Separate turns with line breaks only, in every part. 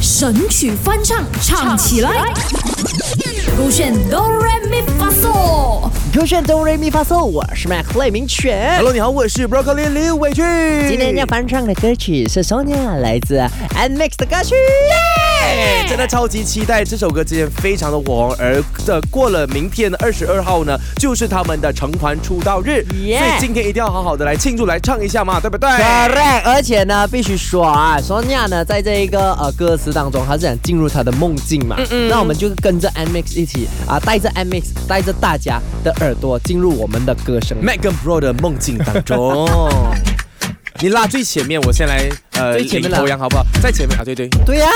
神曲翻唱，唱起来。勾选哆来咪发嗦，
歌炫哆瑞咪发嗦，我是 Mac 赖明全。
Hello，你好，我是 Broccoli 刘伟俊。
今天要翻唱的歌曲是 Sonia 来自 n m i x 的歌曲。
哎真的超级期待这首歌，之前非常的火红，而这、过了明天的二十二号呢，就是他们的成团出道日
Yeah
所以今天一定要好好的来庆祝，来唱一下嘛，对不对
Correct，而且呢，必须说啊，Sonia 呢，在这一个呃歌词当中，她是想进入她的梦境嘛。那我们就跟着 n m i x 一起啊、带着 n m i x 带着大家的耳朵进入我们的歌声。
Mac 跟 Bro 的梦境当中。你拉最前面，我先来呃
最前面
领
啦
头羊好不好？在前面啊，对对，
对呀、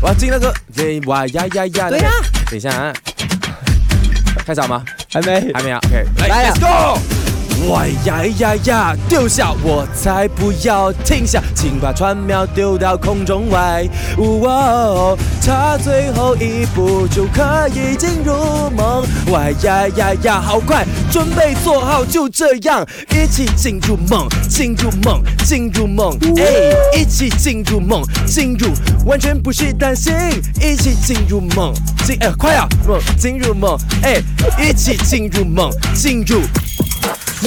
我要进那个对哇呀呀呀，
对哎呀
那个等一下啊，开始好吗？
还没
还没啊？OK，
来
来
呀
，Let's go！哇呀呀呀！丢下我才不要停下，请把船苗丢到空中外。哇哦，差最后一步就可以进入梦。哇呀呀呀！好快，准备做好，就这样一起进入梦，进入梦，进入梦。哎，一起进入梦，进入完全不是担心，一起进入梦，进哎快啊梦，进入梦，哎，一起进入梦，进入。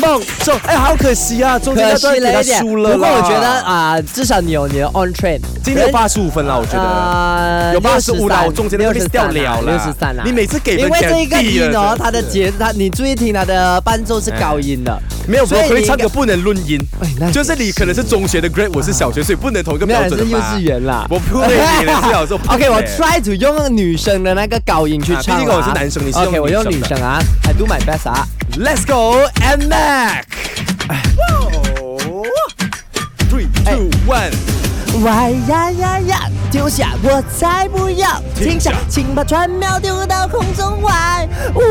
梦中，哎，好可惜啊，中间
可
那
惜
段给
了
他
一点。
输了啦。
不过我觉得啊、至少你有你的 on train。
今天有八十五分了，我觉得。
呃
有85啦我中间那个 miss 掉了
六
啦
十三啦。
你每次给分
因为
给
这一个
低了
音哦，
真
它的
是
节，它你注意听它的伴奏是高音的，
没有，
所以
我可以
你
唱
应该
歌不能论音
哎那，
就是你可能是 中学的 grade，我是小学，所以不能同一个
没有
标
人
准
是
的
幼
嘛
稚园啦。
我不会，你的是老师。
OK，我
穿。
try to 用女生的那个高音去
啊
唱啊。
毕竟我是男生你是用
OK，我用
女
女
生的
生啊，I do my best 啊。
Let's go and Mac。Three, two, one。
哇呀呀呀！丢下我才不要停下，请把船苗丢到空中外。哇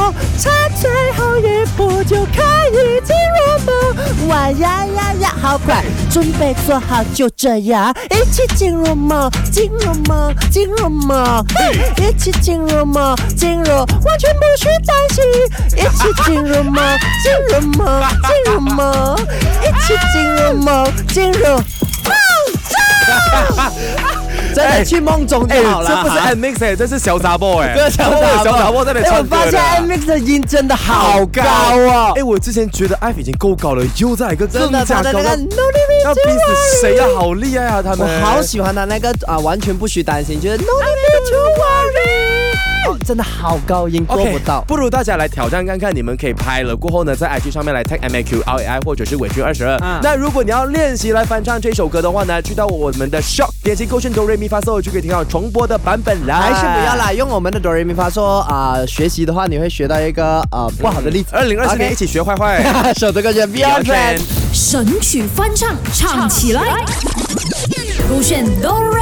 哦，差最后一步就可以进入梦。哇呀呀呀，好快！准备做好，就这样一起进入梦，进入梦，进入梦，嘿一起进入梦，进入完全不需担心，一起进入梦，进入梦，进入梦，一起进入梦，进入。真的去梦中就
哎，
好了。
这不是
哈
M Mix 哎，这是小杂货哎，
这是小杂货
小杂货在那里
哎，我
唱歌
发
的
现 M X 的音真的好高哦
哎，，我之前觉得 F 已经够高了，又在一个
真
更
的，
加
他的
高
那个
的
No Limit
要
to
逼
Worry
死谁呀、好厉害啊！他
我
们
好喜欢他那个啊，完全不需担心，就是 No Limit to Worry，哦，真的好高音，做
OK，
不到。
不如大家来挑战看看，你们可以拍了过后呢，在 IG 上面来 tag M A Q R A I 或者是伟俊二十二
嗯。
那如果你要练习来翻唱这首歌的话呢，去到我们的 Shop 点击勾选哆瑞咪发嗦就可以听到重播的版本啦。
还是不要。啦，用我们的哆瑞咪发说啊、学习的话你会学到一个呃不好的例子。
二零二四年
OK
一起学坏坏。
手这个叫 Beyond Trend。
神曲翻唱，唱起来。勾选哆来